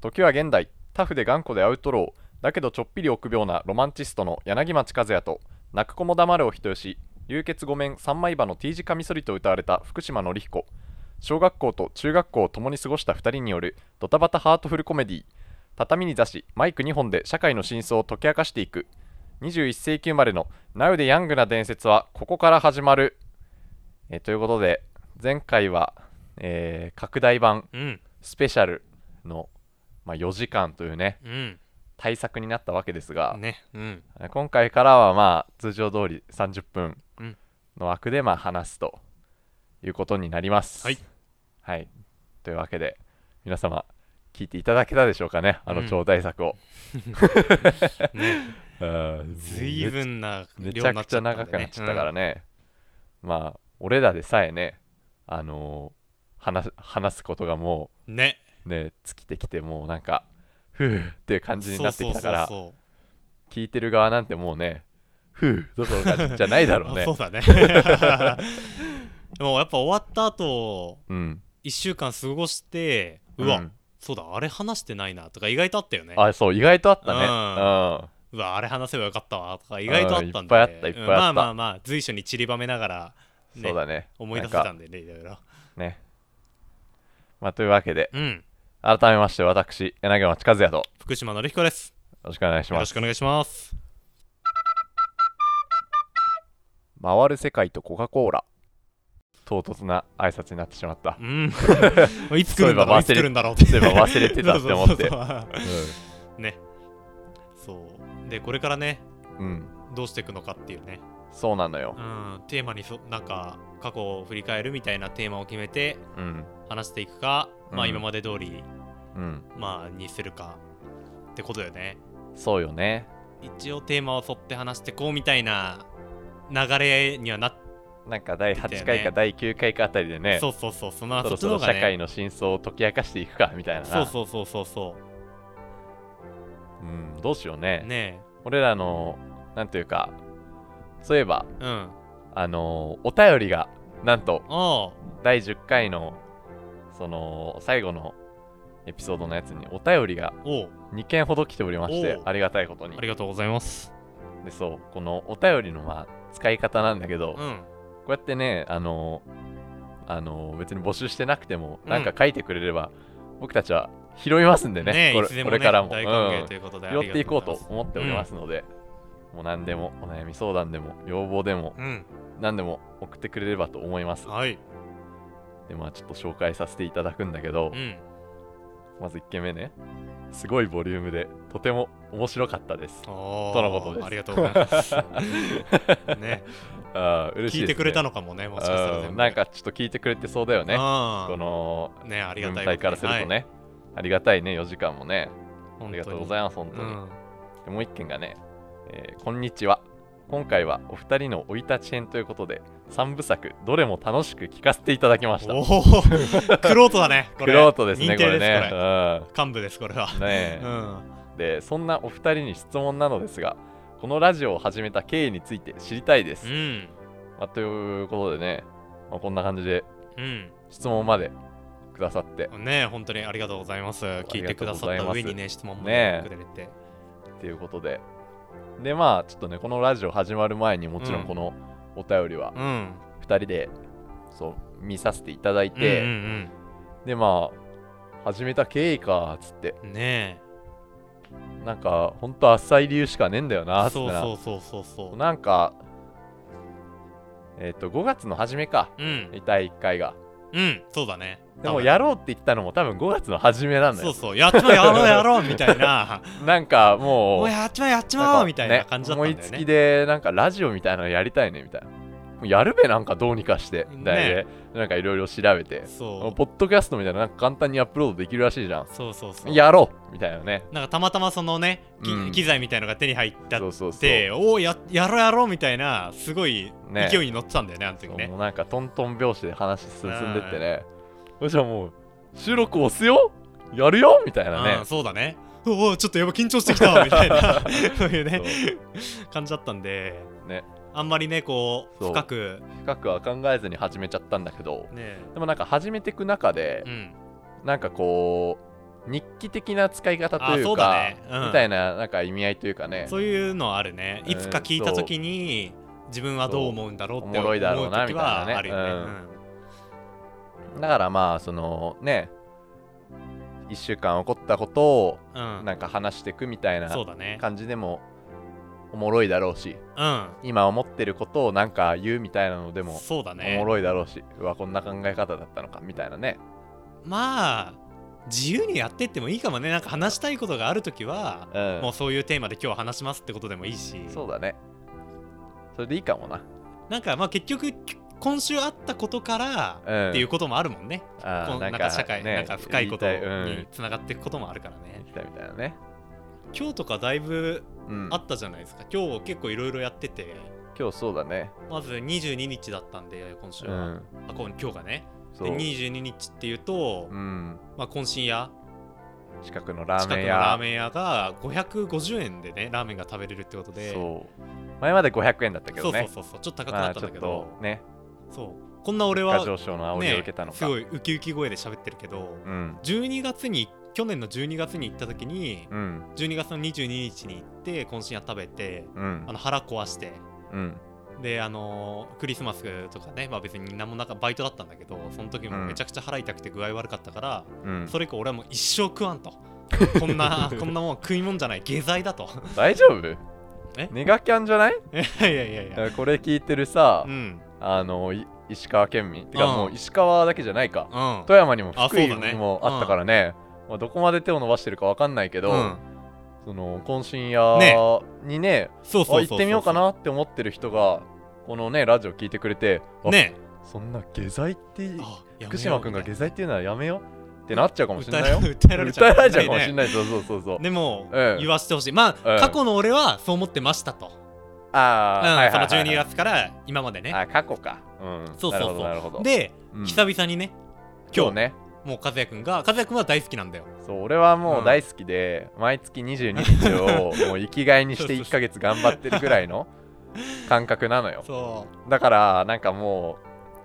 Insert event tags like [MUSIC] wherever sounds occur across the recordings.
時は現代タフで頑固でアウトローだけどちょっぴり臆病なロマンチストの柳町和也と泣く子も黙るを人よし流血御免三枚刃の T 字カミソリと歌われた福島紀彦小学校と中学校を共に過ごした2人によるドタバタハートフルコメディ畳に座しマイク2本で社会の真相を解き明かしていく21世紀生まれの Now でヤングな伝説はここから始まるえーということで前回は、えー拡大版うんスペシャルの、まあ、4時間というねうん対策になったわけですが、ねうん今回からはまあ通常通り30分うんの枠でまあ話すということになります。はい、はい、というわけで皆様聞いていただけたでしょうかねあうのん超大作を。 [LAUGHS] [LAUGHS] ねうんずいぶんなめ量ちゃになくっちゃったん長でくねなっちゃったからね、まあ俺らでさえねあのー話話すことがもうんねうね尽きてきてもうなんかふうっていう感じになってきたからそうそうそうそう聞いてる側なんてもうねふうどころかじゃないだろうね [LAUGHS] あそうだねでもやっぱ終わった後うん一週間過ごしてううわんそうだあれ話してないなとか意外とあったよねあそう意外とあったねううんうわあれ話せばよかったわとか意外とあったんでうんいっぱいあったいっぱいあったうんまあまあまあ随所に散りばめながらねそうだね思い出せなんたかんでねいろいろねまあというわけでうん改めまして私柳町和也とよ福島のりひこですろしくお願いしよまろすしくお願いします回る世界とコカ・コーラ唐突な挨拶になってしまったうん [LAUGHS] いつ来るんそういえばだろ忘うれいつ来るんだろうってそういえば忘れてたって思って [LAUGHS] そうそうそうそうでこれからねうん、うんどうしていくのかっていうねそうなのようんテーマにそなんか過去を振り返るみたいなテーマを決めてうん話していくか、まうあん今まで通りうんまあにするかってことよねそうよね一応テーマを沿って話してこうみたいな流れにはなっなんか第言っ8てたよ回ねか第9回かあたりでねそうそうそうそのそそろっちその方ろが社会ねの真相を解き明かしていくかみたいなそうなそうそうそうそううんどうしようねね俺らのなんというかそういえばえうんああのーお便りがなんとあ第10回のその最後のエピソードのやつにお便りがおう2件ほど来ておりましておうありがたいことにありがとうございますでそうこのお便りのまあ使い方なんだけど、うこんうやってねあのーあのー別に募集してなくてもうんなんか書いてくれれば、僕たちは拾いますんでねねえこいれつでこもねれからも、大歓迎うんということで、拾っていこうとあ思っておりますので、もう何でもお悩み相談でも要望でもりがとうございます何でも送ってくれればと思いますうんはいでまあちょっと紹介させていただくんだけど、うんまず1件目ねすごいボリュームでとても面白かった [LAUGHS] ですおーとのことですありがとうございますねあー嬉しいです、聞いね、てくれたのかもねもしかしたら全う部んなんかちょっと聞いてくれてそうだよねこねのねありが文たい体からするとね、ありがたいね4時間もねありがとうございいます本当に、うんでもう1件がね、えーこんにちは今回はお二人の生い立ち編ということで3部作どれも楽しく聞かせていただきました [LAUGHS] おおクロートだねこクれロートですね認こ定れですねこれ幹部ですこれはうんねえうんでそんなお二人に質問なのですがこのラジオを始めた経緯について知りたいです、うんまあ、ということでね、まあ、こんな感じでうん質問までくださってね本当にありがとうございます聞いてくださあっりがとうごたざい上ますにね質問もねねくれてっていうことででまあちょっとねこのラジオ始まる前にもちろんこのお便りはうん2人でそう見させていただいうんて、うんでまあ始めた経緯かっつってうんねなんかほんと浅い理由しかねえんだよなっつってそうなそうそうそうそうなんかえっ、と5月の初めかうん第1回がうんそうだねでも多分やろうって言ったのも多分5月の初めなんだそうよそうやっちまえやろうやろうみたいななんかももううやっちまえやっちなんまおかうみたいな感じだったんねだよ思いつきねでなんかラジオみたいなのやりたいねみたいなもうやるべなんかどうにかしてみたいで、なんかいろいろ調べてそうポッドキャストみたいななんか簡単にアップロードできるらしいじゃんそうそうそうやろうみたいなねなんかたまたまそのね、きうん機材みたいのが手に入ったっそうそうそうて、おおややろうやろうみたいなすごいね勢いに乗ってたんだよねあの時そうねもうなんかトントン拍子で話進んでってねそしたらもう収録押すよやるよみたいなうねんそうだねおおちょっとやばい緊張してきたわみた [LAUGHS] いなそういうねそ感じだったんでうねあんまりねこうそう深く深くは考えずに始めちゃったんだけどねでもなんか始めてく中でう、んなんかこう日記的な使い方とあいそううだかねうんみたいななんか意味合いというかねそういうのあるねいつか聞いた時に自分はどう思うんだろうってそうおも思ろういだろうな時はみたいなねあるよね、うんうんだからまあそのね1週間起こったことをうんなんか話していくみたいなそうだね感じでもおもろいだろうしうん今思ってることをなんか言うみたいなのでもそうだおねもろいだろうしうわこんな考え方だったのかみたいなねまあ自由にやってってもいいかもねなんか話したいことがある時は、うんもうそういうテーマで今日は話しますってことでもいいしそうだねそれでいいかもななんかまあ結局今週あったことからうんっていうこともあるもんね、あこーうなんか社会、ねなんか深いこと言いたいうんにつながっていくこともあるから言ねい、たいみたいなね今日とかだいぶうんあったじゃないですか今日結構いろいろやってて今日そうだねまず22日だったんで今週うは、んあ今今日がねそでう22日っていうと、うんまあ、懇親屋近くのラー近くメンの屋ラーメン屋が550円でねラーメンが食べれるってことでそう前まで500円だったけどそうそうねそうそうちょっと高くまなあったんちょだっけとど、ねそうこんな俺物価は上昇の煽りを受けたのすか、ごいウキウキ声で喋ってるけどうん12月に去年の12月に行った時にうん12月の22日に行って懇親屋食べてうんあの腹壊してうんであのークリスマスとかね、まあ、別に何もなかバイトだったんだけどその時もめちゃくちゃ腹痛くて具合悪かったから、うんそれ以降俺はもう一生食わ [LAUGHS] んとこんなこんなもん食い物じゃない下剤だと大丈夫えネガキャンじゃないいやいやいやいやこれ聞いてるさ、うんあのい石川県民てかうんもう石川だけじゃないか、うん富山にもあ福井そうだねにもあったからねまあ、どこまで手を伸ばしてるかわかんないけど、うんその懇親屋ねにねそうそうそうあ行ってみようかなって思ってる人がこのねラジオ聞いてくれてあねそんな下剤ってあやめよう福島君が下剤っていうのはやめようってなっちゃうかもしれ [LAUGHS] 訴えないよ訴えられちゃう訴えられちゃうかもしれねないそうそうそうそうでも、うん言わせてほしいまあ、うん過去の俺はそう思ってましたと、あうんあ、はいはいはいその12月から今までねあ過去かうんそうそうなそうるほどなるほどで、うん久々にね今今日日ねもう和也くんが和也くんは大好きなんだよそう俺はもううん大好きで、毎月22日をもう生きがいにして1ヶ月頑張ってるぐらい [LAUGHS] の感覚なのよそだからなんかもう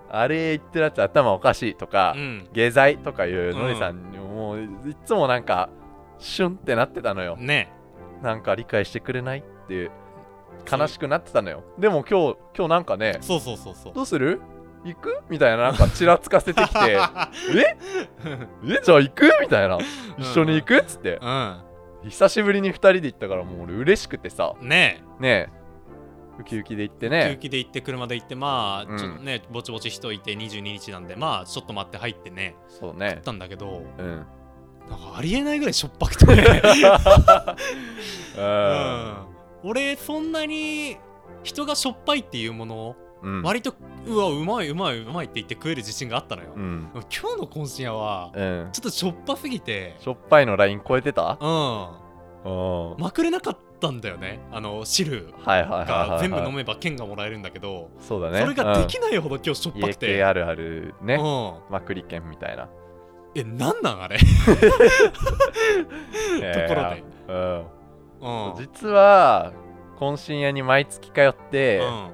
あれ言ってるやつ頭おかしいとか、ううん下剤とかいうのりさんにもういつもなんかシュンってなってたのよ、ねなんか理解してくれないっていう悲しくなってたのよでも今日今日なんかねそうそうそうそうどうする行くみたいななんかちらつかせて [LAUGHS] きてええじゃあ行くみたいな一緒に行くっつってう久しぶりに2人で行ったからもう俺嬉しくてさんねねえウキウキで行ってえね休憩で行って車で行ってまうんあちょっとねぼちぼち人いて22日なんでまあちょっと待って入ってねそう行ねったんだけどうん、うん、なんかありえないぐらいしょっぱくてね [LAUGHS] うん俺そんなに人がしょっぱいっていうものをうん割とうわうまいうまいうまいって言って食える自信があったのよう、んでも今日の懇親屋はうんちょっとしょっぱすぎてしょっぱいのライン超えてたうんうんまくれなかったんだよねあの汁はいはいはいはい、はがい、全部飲めば券がもらえるんだけどそうだねそれができないほど今日しょっうんぱ家くて系あるあるね、うんまくり券みたいな、えなんなんあれと [LAUGHS] ところで、うんうん実は懇親屋に毎月通って、うん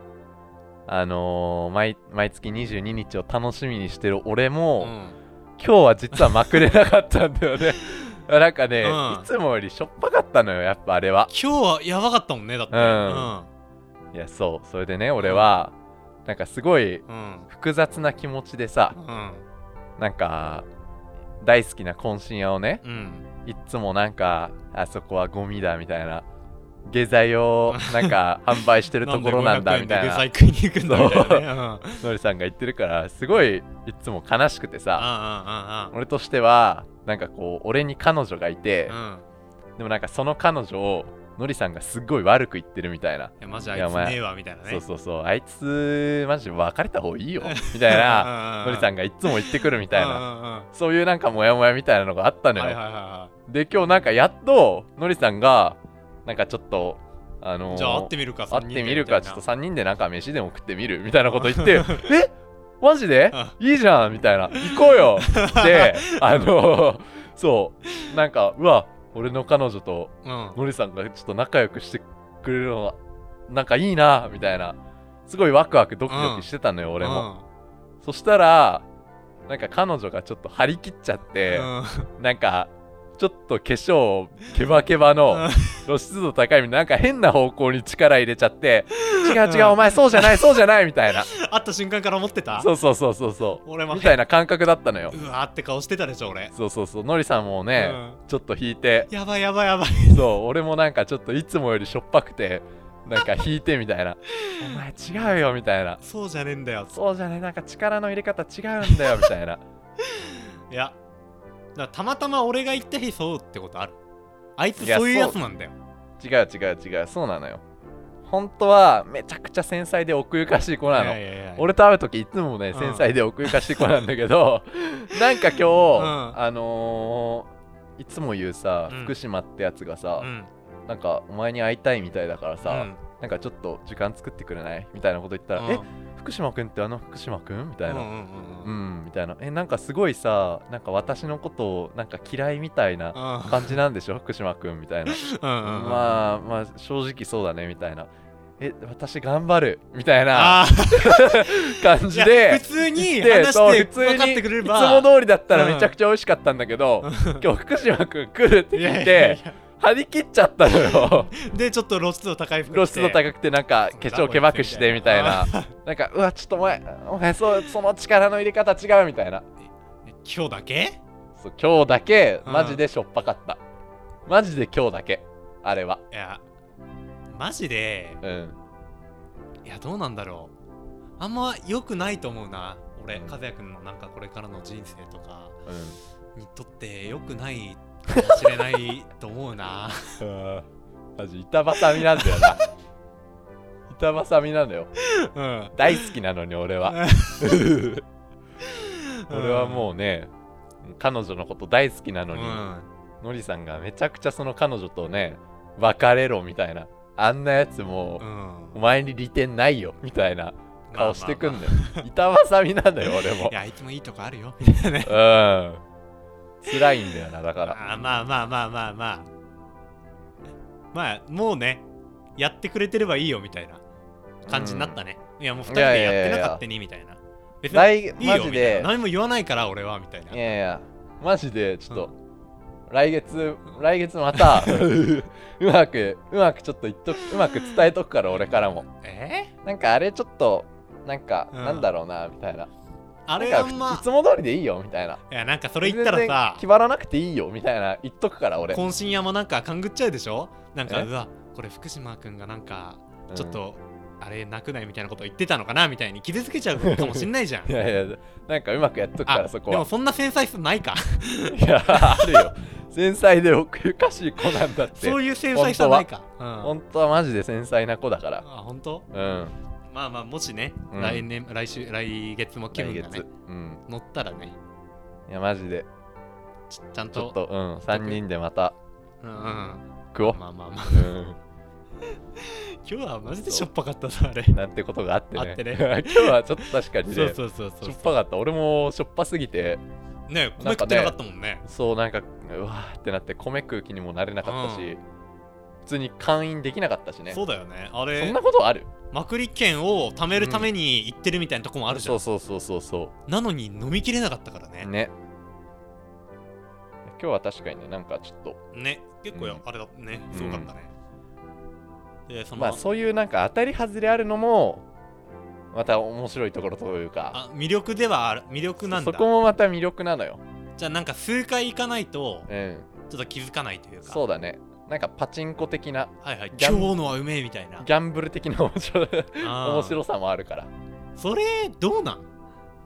あのー毎毎月22日を楽しみにしてる俺うも、ん今日は実はまくれなかったんだよ [LAUGHS] ねなんかね、うんいつもよりしょっぱかったのよやっぱあれは今日はやばかったもんねだってうんいやそうそれでね俺は、なんかすごいうんうん複雑な気持ちでさうんなんか大好きな懇親屋をねうんいっつもなんかあそこはゴミだみたいな下剤をなん [LAUGHS] か販売してるところなんだみたいななんで500円で具材食いに行くんだみたいなねうんうんうんうんのりさんが言ってるからすごいいっつも悲しくてさうん俺としてはなんかこう俺に彼女がいてうんでもなんかその彼女をのりさんがすっごい悪く言ってるみたいな、いやマジいやあいおつ前ねえわみたいなねそうそうそうあいつマジ別れた方がい [LAUGHS] いよみたいなのりさんみがいっつも言ってくるみたいななそういうなんかモヤモヤみたいなのがあったのよ、はいはいはいはで今日なんかやっとのりさんがなんかちょっとあのいーじゃあ会ってみるか会ってみるかちょっとっ3人でなんか飯でも食ってみるみたいなこと [LAUGHS] 言ってえマジでいいじゃんみたいな行こうよ [LAUGHS] ってあのーそうなんかうわ俺の彼女とうんのりさんがちょっと仲良くしてくれるのはなんかいいなみたいなすごいワクワクドキドキしてたのよ、俺も、そしたらなんか彼女がちょっと張り切っちゃっうて、んなんかちょっと化粧ケバケバの露出度高いみたいななんか変な方向に力入れちゃって違う違うお前そうじゃないそうじゃないみたいな会った瞬間から思ってたそうそうそうそうそ俺うもみたいな感覚だったのようわーって顔してたでしょ俺そうそうそうのりさんもね、うちょっと引いてやばいやばいやばいそう俺もなんかちょっといつもよりしょっぱくてなんか引いてみたいなお前違うよみたいなそうじゃねえんだよそうじゃねなんか力の入れ方違うんだよみたいないやだからたまたま俺が言った日そうってことあるあいついやそういうやそつうなんだよ違う違う違うそうなのよ本当はめちゃくちゃ繊細で奥ゆかしい子なのいやいやいや俺と会う時いつもねうん繊細で奥ゆかしい子なんだけど [LAUGHS] なんか今日、んあのーいつも言うさ、うん福島ってやつがうさ、んなんかお前に会いたいみたいだからさ、うんなんかちょっと時間作ってくれないみたいなこと言ったら、うんえ福島くんってあの福島くんみたいな、うんうんうんううんん、みたいな。え、なんかすごいさ、なんか私のことをなんか嫌いみたいなう感じなんでしょ、福島くんみたいな。んうんうんまあまあ、正直そうだねみたいな。え、私頑張るみたいなあー感じいやで普。通にで話そうして普通分かにってくれれいつもば通りだったらうんめちゃくちゃ美味しかったんだけど、今日福島くん来るってい聞やいいやいてや張り切っちゃったの [LAUGHS] よでちょっと露出度高い服露出度い高くてなんか化粧けばくしてみたいな [LAUGHS] なんかうわちょっとお前お前そうその力の入れ方違うみたいな今日だけそう今日だけうんマジでしょっぱかった、マジで今日だけあれはいやマジでうんいやどうなんだろうあんま良くないと思うな俺うん和也くんのなんかこれからの人生とかうにとって良くないかもしれないと思うな [LAUGHS] んマジ板挟みなんだよな板挟みなんだようん大好きなのに俺は [LAUGHS] 俺はもうね彼女のこと大好きなうのんに、のりさんがめちゃくちゃその彼女とね別れろみたいなあんなやつもうう、んお前に利点ないよみたいな顔してくんだよ、板挟みなんだよ俺も [LAUGHS] いやあいつもいいとこあるよみたいなねうん。辛いんだよな、だから。あーまあまあまあまあまあまあもうねやってくれてればいいよみたいな感じになったね、いやもう2人でいやいやいややっいやてなかったねみたいな別に来、いいよマみたジいでな、何も言わないから俺はみたいないやいや、マジで、ちょっと、来月、来月ま [LAUGHS] た、うまく、うまくちょっと言っとく、うまく伝えとくから、俺からも。えなんかあれちょっと、なんか、うんなんだろうな、みたいな。ー、あなんれかあんまいつも通りでいいよ、みたいな。いやなんかそれ言ったらさ気張らなくていいよ、みたいな、言っとくから、俺。渾身屋もなんか勘ぐっちゃうでしょなんかえうわこれ福島君がなんかうんちょっ。と、あれ泣くないみたいなこと言ってたのかなみたいに傷つけちゃうかもしんない [LAUGHS] じゃんいやいや、なんかうまくやっとくかあら、そこではも。そんな繊細さな [LAUGHS] いかいや、ある [LAUGHS] よ。繊細で奥ゆかしい子なんだってそ。ういう繊細さないかうん、本当はマジで繊細な子だから。あ本当うん。まあまあもしね、うん来年来週来月も気来分月がねうん乗ったらねいやマジでちちゃんちょとっとうん3人でまたうんうん食おう、まあまあまあう今日はマジでしょっぱかったなあれん、なんてことがあってねあって [LAUGHS] ね今日はちょっと確かにねそうそうそうそうしょっぱかった俺もしょっぱすぎてね米なん食かねってなかったもんねそうなんかうわーってなって米食う気にもなれなかったし、う普通に会員できなかったしねそそうだよねあんれなことあるまくり券を貯めるために行ってるみたいなとこもあるじゃん、そうそうそうそうそなのに飲みきれなかったからねうね今日は確かにねなんかちょっとね結構やうんあれだねうんすごかったね、でその、まあそういうなんか当たり外れあるのもまた面白いところというかあ魅力ではある魅力なんそだこもまた魅力なのよじゃあなんか数回行かないとうんちょっと気づかないというかそうだね。なんかパチンコ的な、はいはいギ今ャン日のはうめえみたいなギャンブル的な面白あー面白さもあるから、それどうなん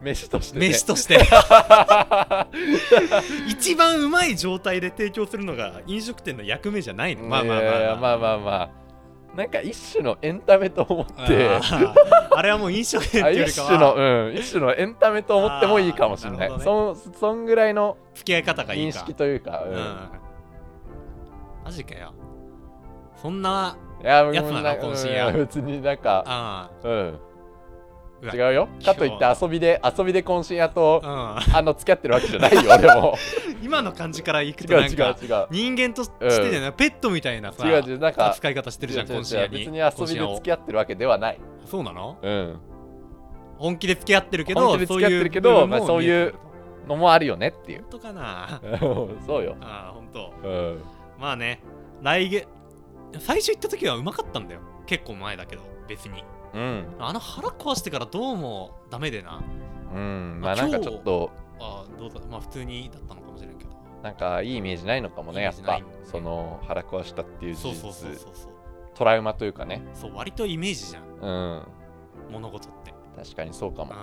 飯として、ね。飯として [LAUGHS] 一番うまい状態で提供するのが飲食店の役目じゃないのまあまあいやいまやあまあまあまあなんか一種のエンタメと思あって、ーあれはもう飲食店っあていうより一か種はの、うん、一種のエンタメと思ってもいいかもしれない。あーなるそんそんぐらいの付き合い方がい認いか識というか、ううんんマジかよそんないや、もうやつなのなん懇親やうん別になんか、あうん、うわ違うよ。かといって遊びで、遊びで懇親やと、ああの、付き合ってるわけじゃ [LAUGHS] ないよ、俺も。うん [LAUGHS] 今の感じからいく違とうなん違かう違う。人間としてじゃないペットみたいなさ違う違うなんか扱い方してるじゃん違う違う今週に別に遊びで付き合ってるわけではない。懇親をそうなのうん。本気で付き合ってるけど本気で付き合ってるけどまあそういう部分も見えてくるのもあるよねっていう [LAUGHS] 本。当かなそうよ。ああ、本当。うんまあね来月最初行った時はうまかったんだよ結構前だけど別にうん、あの腹壊してからどうもダメでなうん、まあまなあんかちょっとあーどうだまあ普通にだったのかもしれんけどなんかいいイメージないのかもねイメやーっジなぱいもんねその腹壊したっていう事そう実そうそうそうそうトラウマというかねそう割とイメージじゃんうん物事ってうん確かにそうかも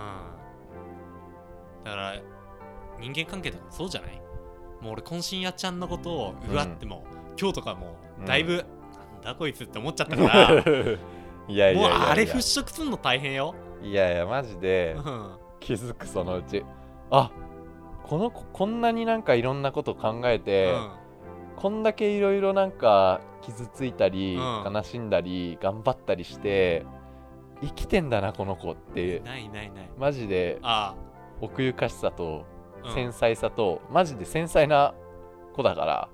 だから人間関係とかもそうじゃないもう俺今深夜ちゃんのことをうわっても、今日とかもうだいぶ、なんだ [LAUGHS] こいつって思っちゃったか [LAUGHS] らいやいやいやいやもうあれ払拭すんの大変よ、いやいやマジでうん気づくそのうちあこの子こんなになんかいろんなこと考えて、こんだけいろいろなんか傷ついたり、うん悲しんだり頑張ったりして生きてんだなこの子っうてん、ないないないマジであ奥ゆかしさとあ、うん繊細さと、マジで繊細な子だから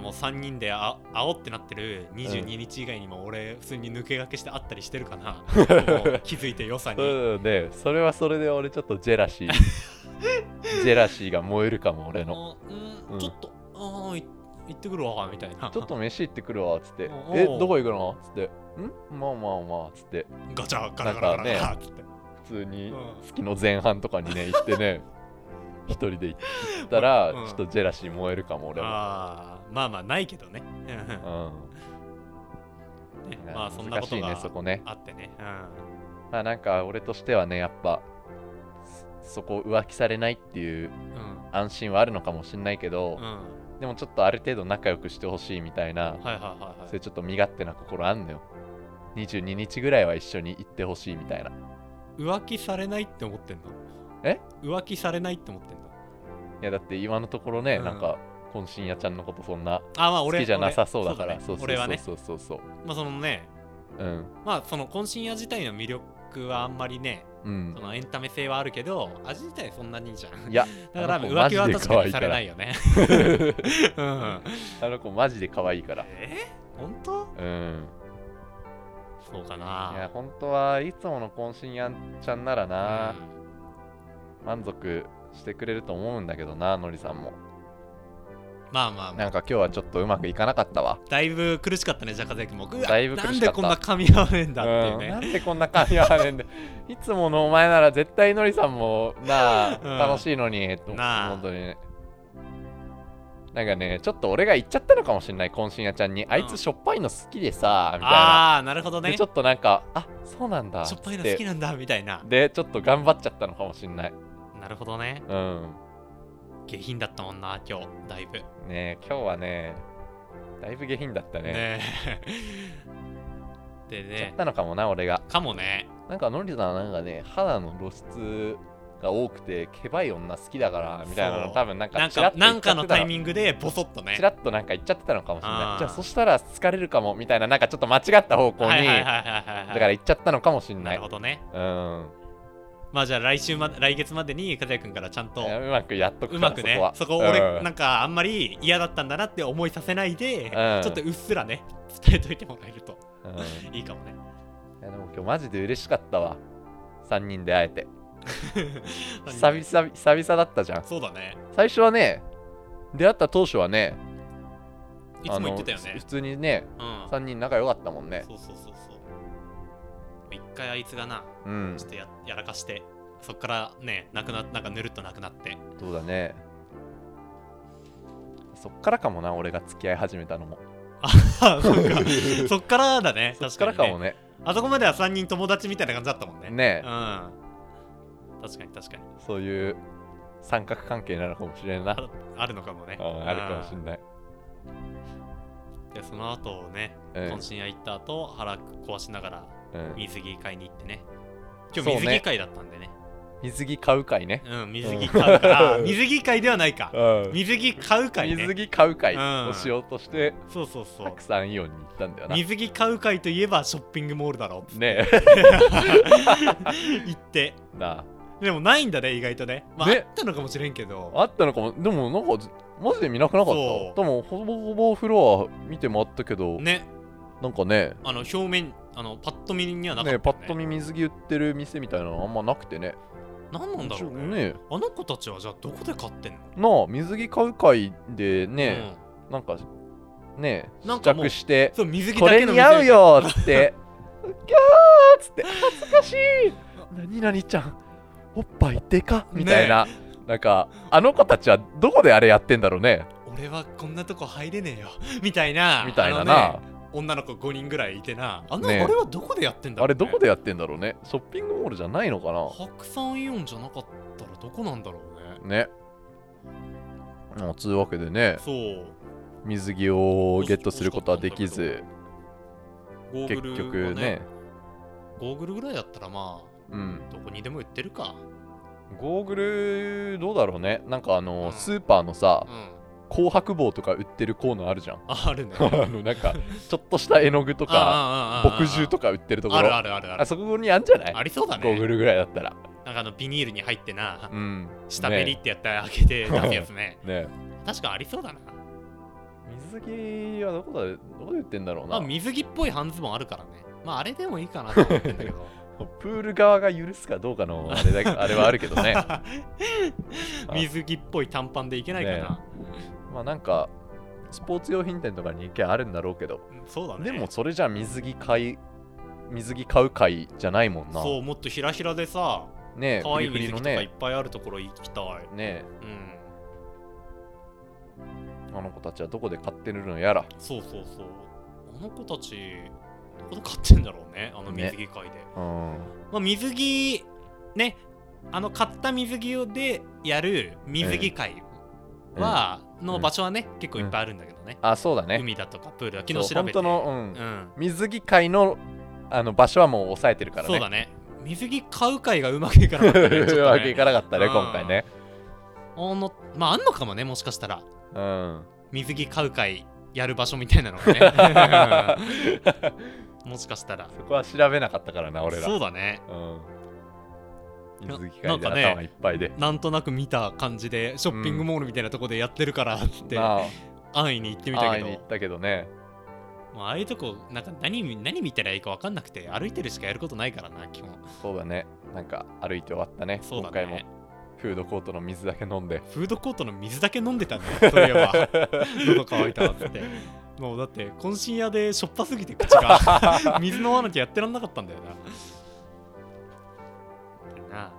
もう3人であ青ってなってる22日以外にも俺普通に抜け駆けして会ったりしてるかな、もう気づいて良さに、 [LAUGHS] そうねそれはそれで俺ちょっとジェラ [LAUGHS] シージェラシーが燃えるかも俺のあうんうんちょっとあーい行ってくるわみたいなちょっと飯行ってくるわっつってお「おえどこ行くの?」っつって「んまあまあまあ」っつってガチャガラガラガラガなんラかっつって、普通にうん月の前半とかにね行って [LAUGHS] ね一人で行ったらうんちょっとジェラシー燃えるかも俺も、あーまあまあないけどねううんん、ねいやまあそんな難ことしいねがそこねあってねうんまあなんか俺としてはねやっぱそそこ浮気されないっていううん安心はあるのかもしれないけどうん、はいでもちょっとある程度仲良くしてほしいみたいなはいはいはそういいうちょっと身勝手な心あんのよ22日ぐらいは一緒に行ってほしいみたいな浮気されないって思ってんのえ浮気されないって思ってんのいやだって今のところね、うんなんか今深夜ちゃんのことそんなあーまあ好俺きじゃなさそうだから俺そそううそだねう俺はねそうそうそうまあそのねうんまあその渾身屋自体の魅力はあんまりねうんそのエンタメ性はあるけど味自体そんなにいいじゃんいやだからあの子浮気はマジで確可か愛いにかさられないよ [LAUGHS] ねうんあの子マジで可愛いからえ本当うんそうかいやな本当はいつもの渾身やんちゃんならな、うん満足してくれると思うんだけどなのりさんもまあまあまあなんか今日はちょっとうまくいかなかったわだいぶ苦しかったね、ジャカゼイ君も。うわだいぶ苦しかったなんでこんな噛み合わねえんだっていううんなね。んでこんな感じ合わねえんだいつものお前なら絶対のりさんもなあ、うん楽しいのにとなあ本当にねなんかねちょっと俺が言っちゃったのかもしれない渾身屋ちゃんにあいつしょっぱいの好きでさみたいな、ああー、なるほどね。でしちょょっとなんかあそうなんだっぱいのつ好きなんだみたいな。でちょっと頑張っちゃったのかもしれないなるほどね。うん下品だったもんな、今日、だいぶ。ねえ今日はねだいぶ下品だったねね [LAUGHS] え。で言っちゃっね、たのかもな俺がかもね。なんかのりさんなんかね肌の露出が多くてけばい女好きだからみたいなそのう多分なんなかんチラかッとな言んっちゃかってたののタイミングでボソッとねチ。ラッとなんか言っちゃってたのかもしれなあいーじゃあそしたら好かれるかもみたいななんかちょっと間違った方向に、はいはいはいはいだはいから言っちゃったのかもしれなないるほどね。うんまあじゃあ来週まで、来月までに、かずや君からちゃんと。いやうまくやっとくうからまくねそこはそこ俺、うんなんかあんまり嫌だったんだなって思いさせないで、うんちょっとうっすらね伝えといてもらえるとうんいいいかもねやでも今日マジで嬉しかったわ3人で会えて久々久々だったじゃんそうだね最初はね出会った当初はねいつも言ってたよあのね普通にねうん3人仲良かったもんねそうそうそうそう一回あいつがなうんちょっとややらかしてそっからねなくななんかぬるっとなく [LAUGHS] なってそうだねそっからかもな俺が付き合い始めたのもあそっかそっからだねそっ確かからかもに、ね、ねあそこまでは3人友達みたいな感じだったもんねねうん確かに確かにそういう三角関係なのかもしれん [LAUGHS] なああるのかもねうんあるかもしれないでその後ね、うん懇親屋行った後腹壊しながらうん水着買いに行ってね今そう日ね水着会だったんでね水着買うかいねうん水着買うか [LAUGHS] らうん水着会ではないかうん水着買う会ね水着買う会うんをしようとしてそうそうそたうくさんイオンに行ったんだよなね水着買う会といえばショッピングモールだろえ [LAUGHS] 行って [LAUGHS] なでもないんだね意外とねまあ、ねあったのかもしれんけどああったのかもでもなんかマジで見なくなかっそうたでもほぼほぼフロア見て回ったけどねなんかねあの表面あのパッと見にはなかった、ねね、パッと見水着売ってる店みたいなのあんまなくてね何なんだろうねねあの子たちはじゃあどこで買ってんのなあ水着買う会でね、なんかねえなん試かもう着してそう水着こだれけの似合う水着よっつって「ギャー!」っつって恥ずかしい何々ちゃんおっぱいでかみたいな、なんかあの子たちはどこであれやってんだろうね俺はこんなとこ入れねえよ [LAUGHS] みたいなみたいなあなのね女の子5人ぐらいいてなあんな、ねえあれはどこでやってんだろあうれね、どこでやってんだろうねショッピングモールじゃないのかな白山イオンじゃなかったらどこなんだろうねねもうつうわけでねそう水着をゲットすることはできずゴー結グルは局ねゴーグルぐらいだったらまうんあどこにでも売ってるかゴーグルどうだろうねなんかあの、うんスーパーのさうん紅白棒とか売ってるコーナーあるじゃん [LAUGHS] ああるねあのなんかちょっとした絵の具とか墨汁とかか売ってるところあるあるあるああるそこにあんじゃないありそうだゴーグねルぐらいだったらなんかあのビニールに入ってなうん下べりねってやったら開けて出すやつねね確かありそうだな水着はどこだどこで売ってんだろうまなあ水着っぽい半ズボンあるからねまああれでもいいかなと思ってんだけどプール側が許すかどうかのあれ [LAUGHS] だあれはあるけどね水着っぽい短パンでいけないかな、まあなんかスポーツ用品店とかに意見あるんだろうけどうんそうだねでもそれじゃ水着買い水着買う会じゃないもんなそうもっとひらひらでさねえ可愛いフリ水フリ着とのかいっねぱいあるところ行きたい、ねうんえあの子たちはどこで買ってるのやらそうそうそうあの子たちどこで買ってんだろうねあのね水着会で、うんまあ、水着ねあの買った水着をでやる水着会は、の場所はね、結構いっぱいあるんだけどね、あそうだね海だとかプールだそう昨日調べ本て当の、うんうん、水着会のあの場所はもう抑えてるからね [LAUGHS] そうだね水着買う会がうまくいかなかったねちょっとねうまくいかなかったねうん今回ねあのまああんのかもねもしかしたらうん [LAUGHS] 水着買う会やる場所みたいなのが [LAUGHS] ねもしかしたらそこは調べなかったからな俺らそうだねうん、な水着な会んでかね頭いっぱいで、なんとなく見た感じでショッピングモールみたいなとこでやってるからって、まあ安易に行ってみた会いけどに行ったけどねもうああいうとこなんか何見何見たらいいか分かんなくて歩いてるしかやることないからな基本そうだねなんか歩いて終わったねそうだ今回もねフードコートの水だけ飲んでフードコートの水だけ飲んでたんだよそういえば喉乾いたわっつってもうだって渾身屋でしょっぱすぎて口 [LAUGHS] が水飲まなきゃやってらんなかったんだよななあ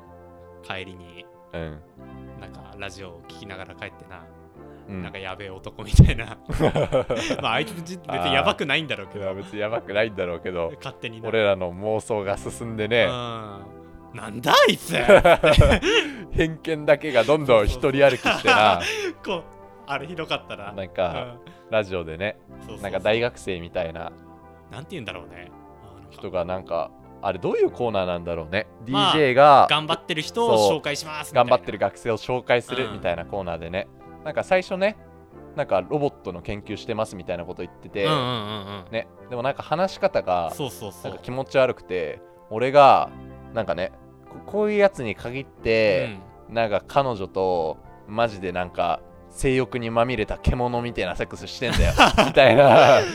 帰りに [LAUGHS] うん、なんかラジオを聞きながら帰ってな、うん、なんかやべえ男みたいな [LAUGHS] まああいつ別にやばくないんだろう [LAUGHS] けいやど別にやばくないんだろうけど勝手にな俺らの妄想が進んでうねんなんだあ [LAUGHS] いつ偏見だけがどんどん一人歩きしてなこうあれひどかったななんかラジオでねうんそうそうそうなんか大学生みたいななんて言うんだろうねあなんか人がなんかあれどういうコーナーなんだろうねまあ DJ が頑張ってる人そうを紹介しますみたい頑な張ってる学生を紹介するうんみたいなコーナーでね、なんか最初ねなんかロボットの研究してますみたいなこと言ってて、うんうんうんうん、ね、でもなんか話し方がそうそうそなんかう気持ち悪くて俺がなんかねここういうやつに限って、なんか彼女とマジでなんか性欲にまみれた獣みたいなセックスしてん [LAUGHS] だよみたいなうん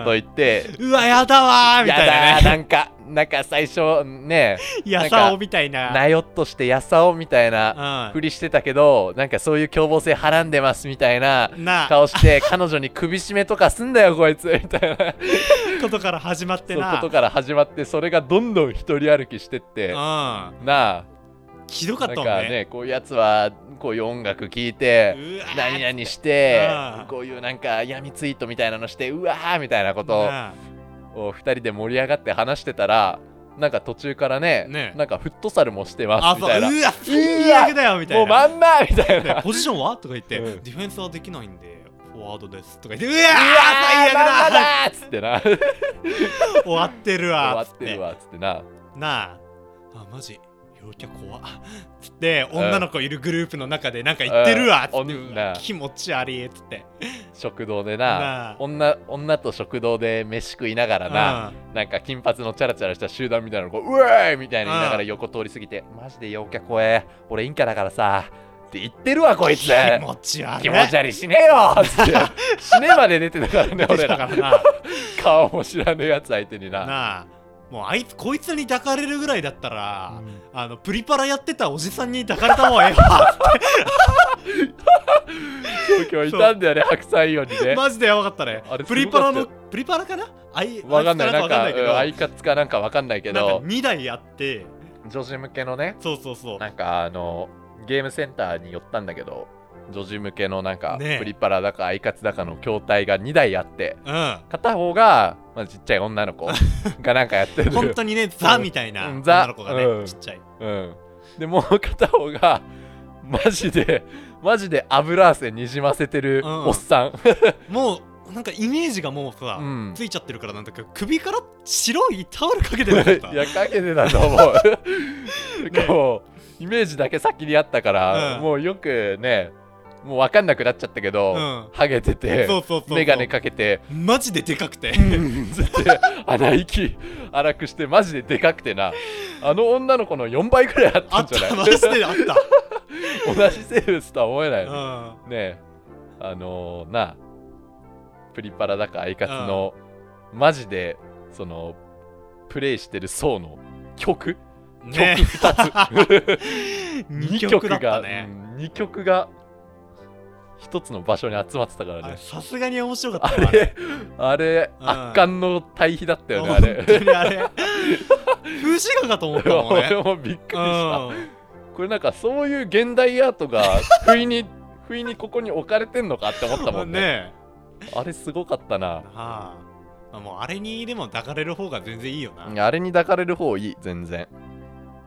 こと言って、うんうわやだわーみたやいだなーねなんかなんか最初ねやさおみたいななよっとしてやさおみたいななふりしてたけどなんかそういう凶暴性はらんでますみたいなうん、な顔して彼女に首絞めとかすんだよこいつみたいなことから始まってそうなことから始まってそれがどんどん一人歩きしてってうんなひどかあったなんもかんねねこういうやつはこういう音楽聴いてうわー何々してうんこういうなんか闇ツイートみたいなのしてうわーみたいなことなを2人で盛り上がって話してたらなんか途中からねねなんかフットサルもしてあますみそうたいなもうわ最悪だよみたいうなまんまみたいなでポジションはとか言って、うんディフェンスはできないんでフォワードですとか言ってううわーわ最ー悪まんまだだーっつってな終終わってるわわってるわっつってななああマジ陽キャ怖っつって女の子いるグループの中でなんか言ってるわっつうっんてうんうわなあ気持ち悪いっつって食堂でななあ女女と食堂で飯食いながらなうんなんか金髪のチャラチャラした集団みたいなのこううえーいみたいな言いながらうん横通り過ぎてマジで陽キャ怖え俺インキャだからさって言ってるわこいつ気持ち悪い気持ち悪いしねえ [LAUGHS] よっつって [LAUGHS] 死ねまで出てたからね出俺てたかららな顔も知らねえやつ相手にななあもうあいつこいつに抱かれるぐらいだったら、あのプリパラやってたおじさんに抱かれた方がええ [LAUGHS] わ今日いたんだよね白菜よりね、マジでやばかったねあれプリパラすのごプリパラかなあいわかんなあいつなんかわかかんないけうんどアイカツかなんかわかんないけなんどか2台あって女子向けのねそうそうそうなんかあのゲームセンターに寄ったんだけど女子向けのなんか、ねえプリパラだかアイカツだかの筐体が2台あってうん片方が、まあ、ちっちゃい女の子がなんかや [LAUGHS] ってる本当 [LAUGHS] にねザみたいなうんザ女の子がね、うんちっちゃいうん、でもう片方がマジでマジで油汗にじませてるうんおっさん、もうなんかイメージがもうさ、うんついちゃってるからなんだけど首から白いタオルかけてなかっ [LAUGHS] たいやかけてたと思うこうイメージだけ先にあったから、うんもうよくねもう分かんなくなっちゃったけど、うんハゲててそうそうそうそうメガネかけてマジででかく [LAUGHS] て、つって穴息荒くしてマジででかくてなあの女の子の4倍くらいあったあんっじゃないたマジであった、同じ生物とは思えない、うんねえあのーなあプリパラだかアイカツのマジでそのプレイしてる層の曲ね曲2つ [LAUGHS] 二二曲だったがね2曲が1つの場所に集まってたからあれねさすがに面白かあったよあれれあれうん圧巻の対比だったよねあ本れ当にあれ風刺画かと思ったもんね [LAUGHS] 俺もびっくりしたうんこれなんかそういう現代アートが不意に不意にここに置かれてんのかって思ったもんねねあれすごかったなえああもうあれにでも抱かれる方が全然いいよないやあれに抱かれる方いい全然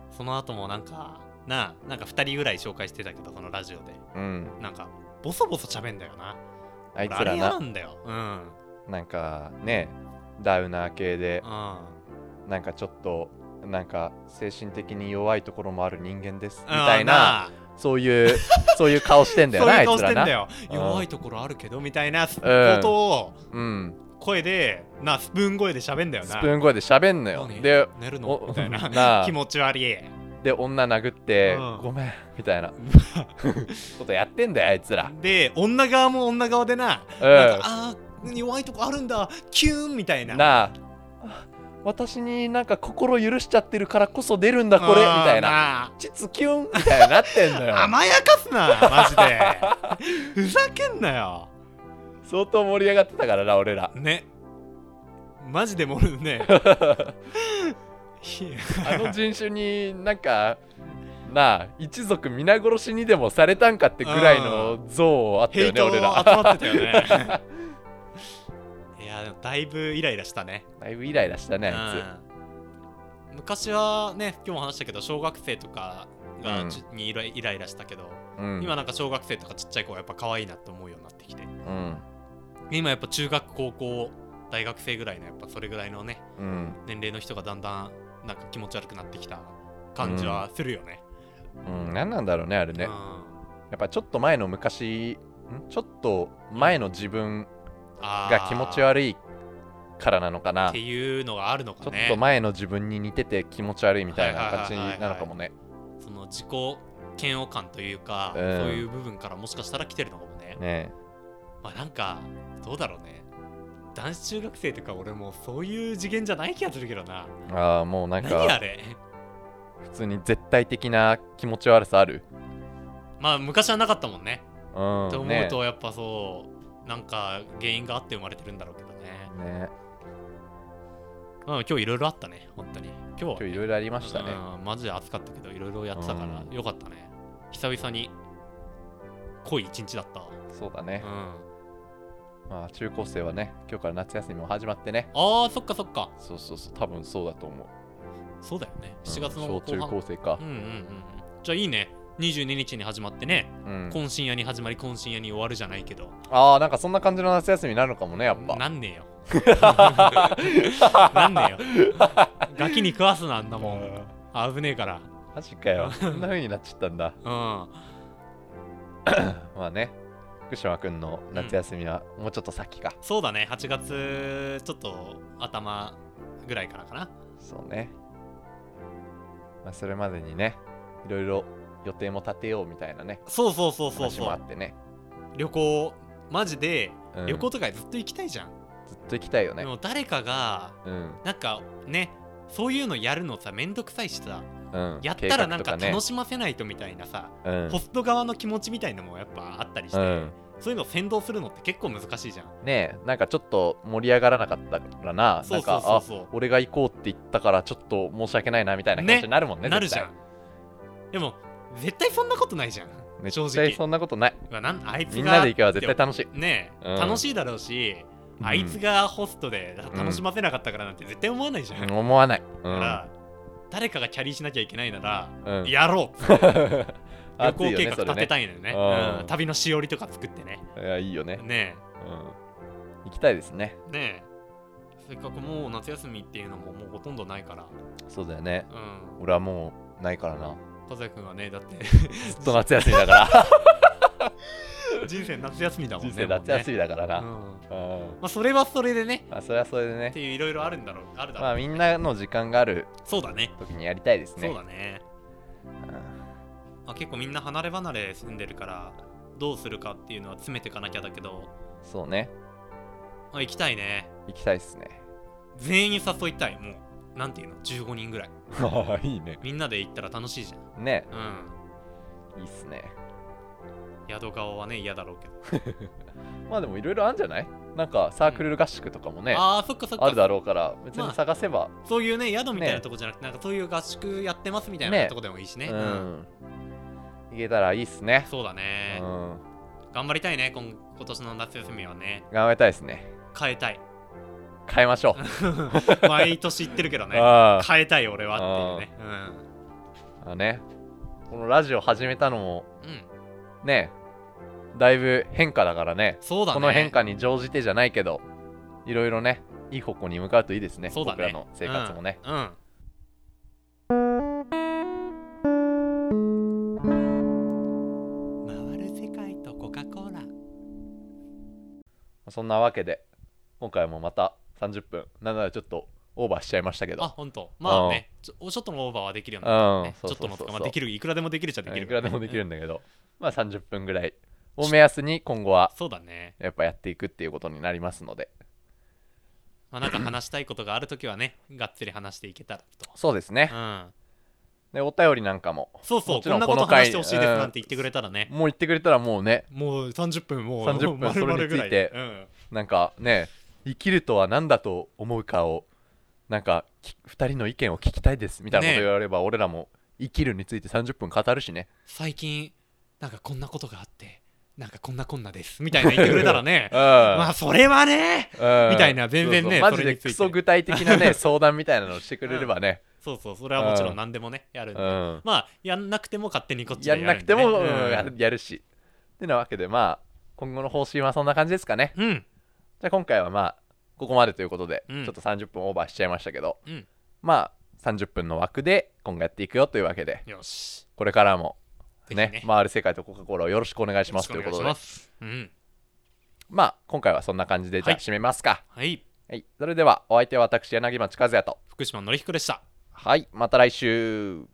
その後もなんかなあなんか2人ぐらい紹介してたけどこのラジオでうんなんかボソボソ喋んだよなあいつ俺あられ嫌ななんだようんなんかねダウナー系でうんなんかちょっとなんか精神的に弱いところもある人間ですみみたいなそういうそういう顔してんだよそうないうあい顔つしてらんだなようん弱いところあるけどみたいなことをうん声でなあスプーン声で喋んだよスなプーン声で喋んのよ何で寝るのおみた [LAUGHS] いななあ気持ち悪いで女殴ってうんごめんみたい [LAUGHS] なことやってんだよあいつらで女側も女側でなうなんかんあー弱いとこあるんだキューンみたいななああ私になんか心許しちゃってるからこそ出るんだこれみあーたいななチツキュンみたいになってんだよ甘やかすなマジ [LAUGHS] でふざけんなよ相当盛り上がってたからな俺らねマジでもうねいやあの人種になんかなあ一族皆殺しにでもされたんかってぐらいの像あったヘよイねト俺集らまってたよねいやでもだいぶイライラしたね [LAUGHS] だいぶイライラしたねあいうん昔はね今日も話したけど小学生とかが、うんちにイライライラしたけど、つ、うん、今なんか小学生とかちっちゃい子はやっぱ可愛いなって思うようになってきてうん今やっぱ中学高校大学生ぐらいのやっぱそれぐらいのねうん年齢の人がだんだんなんか気持ち悪くなってきた感じはするよね。うん何なんだろうねあれねうんやっぱちょっと前の昔んちょっと前の自分あが気持ちい悪いからなのかなっていうのがあるのちょかっね。と前の自分に似てて気持ち悪いみたいな感じなのかもねその自己嫌悪感というか、うんそういう部分からもしかしたら来てるのかもね。ねまあなんかどうだろうね。男子中学生とか俺もうそういう次元じゃない気がするけどな。えああもうなん何あかれ普通に絶対的な気持ち悪さあるまあ昔はなかったもんね。うんと思ねうとやっぱそうなんか原因があって生まれてるんだろうけどね。ねまあ今日いろいろあったね、本当に。今日はね、今日いろいろありましたねうんマジで暑かったけどいろいろやってたから、うんよかったね久々に濃い一日だったわそうだうねん、あまあ中高生はね今日から夏休みも始まってねーそっかそっかそうそうそう多分そうだと思うそうだよねうん7月の後小中半高生かうんうんうんうんじゃあいいね22日に始まってね、うん懇親夜に始まり懇親夜に終わるじゃないけどああなんかそんな感じの夏休みになるのかもねやっぱなんねえよなんねえよガキに食わすなあんだもん危ねえからマジか [LAUGHS] よそんな風になっちゃったんだうんまあね福島くんの夏休みはもうちょっと先かそうだね8月ちょっと頭ぐらいからかなそうねまあそれまでにねいろいろ予定も立てようみたいなねそうそうそうそう話そうもあってね旅行マジでうん旅行とかずっと行きたいじゃん、ずっと行きたいよねでも誰かがうんなんかねそういうのやるのさめんどくさいしさうん、やったらなん計画か楽としませないとみたいなさ、かねホスト側の気持ちみたいのもやっぱあったりして、うん、うん、そういうのを先導するのって結構難しいじゃんねえなんかちょっと盛り上がらなかったからなそうそうそうそうなんかあ俺が行こうって言ったからちょっと申し訳ないなみたいな感じになるもんねなる絶じ対ゃんでも絶対そんなことないじゃん正絶対直そんなことないうわなんあいつがみんなで行けば絶対楽しいねえ、うん楽しいだろうしあいつがホストで楽しませなかったからなんて絶対思わないじゃん、うんだ思わない、うかんら誰かがキャリーしなきゃいけないなら、うん、 [LAUGHS] やろう旅熱い行よ計ね画それ立ねてたいのよねうんうん旅のしおりとか作ってねいやいいよね、ねうん、行きたいですねえねえせっかくもう夏休みっていうのももうほとんどないからそうだよねうん俺はもうないからな和也君はねだって [LAUGHS] ずっと夏休みだから人生夏休みだもん人ね生夏休みみだからな、だうんうんまあそれはそれでねまあそれはそれでっねていういろいろあるんだろうあるだろまう、あみんなの時間があるそうだね時にやりたいですねそうだね、まあ、結構みんな離れ離れ住んでるからどうするかっていうのは詰めていかなきゃだけど、うんそうねまあ、行きたいね行きたいですね全員誘いたいもうなんていうの15人ぐらいああいいねみんなで行ったら楽しいじゃねんうんいいっすね宿顔はね嫌だろうけど、まあでもいろいろあるんじゃないなんかサークル合宿とかもね、あああそっかそっかるだろうから別まあに探せば、そういうね宿みたいなねとこじゃなくて、なんかそういう合宿やってますみたいなねとこでもいいしねううんん行けたらいいっすねそうだね、うん頑張りたいね今今年の夏休みはね頑張りたいですね変え [LAUGHS] たい変えましょう、毎年言ってるけどねあー変えたい俺はっていうねあのねこのラジオ始めたのもうん、うん、ねだいぶ変化だからねそうだねこの変化に乗じてじゃないけどいろいろねいい方向に向かうといいですねそうだね僕らの生活もね、うん、うん回る世界とコカ・コーラそんなわけで今回もまた30分なんならちょっとオーバーしちゃいましたけあど本当まあねちょちょっとのオーバーはできるようになったねちうんょそうそっうそうそとのうとかまあできるいくらでもできるじゃできるいくらでもできるんだけどまあ30分ぐらいを目安に今後はそうだね、やっぱやっていくっていうことになりますのでまあ、なんか話したいことがあるときはねがっつり話していけたらとそうですねうんでお便りなんかもそうそうもちころんんなことこの回話してほしいですうんなんて言ってくれたらね、もう言ってくれたらもうねもう30分もう30分もう [LAUGHS] 丸々ぐらそれについてうん、なんかね生きるとは何だと思うかをなんか2人の意見を聞きたいですみたいなことね言われれば、俺らも生きるについて30分語るしね最近なんかこんなことがあってなんかこんなこんなですみたいな言ってくれたらね [LAUGHS] うんまあそれはねうんみたいな全然そねうそうマジそれでについてクソ具体的 [LAUGHS] なね相談みたいなのをしてくれればね、そうそうそれはもちろん何でもねやるんうで、ん、まあやんなくても勝手にこっちでややんるんで、ね、なくても、うんうんやるやるしってなわけでまあ今後の方針はそんな感じですかねうんじゃあ今回はまあここまでということで、うんちょっと30分オーバーしちゃいましたけどうんまあ30分の枠で今後やっていくよというわけでよしこれからもぜひねね回る世界とコカ・コーラをよろしくお願いしますとよいろうくこお願としまですうんまあ今回はそんな感じでじゃあはい締めますかはいはい、それではお相手は私柳町和也と福島のりひこでしたはいまた来週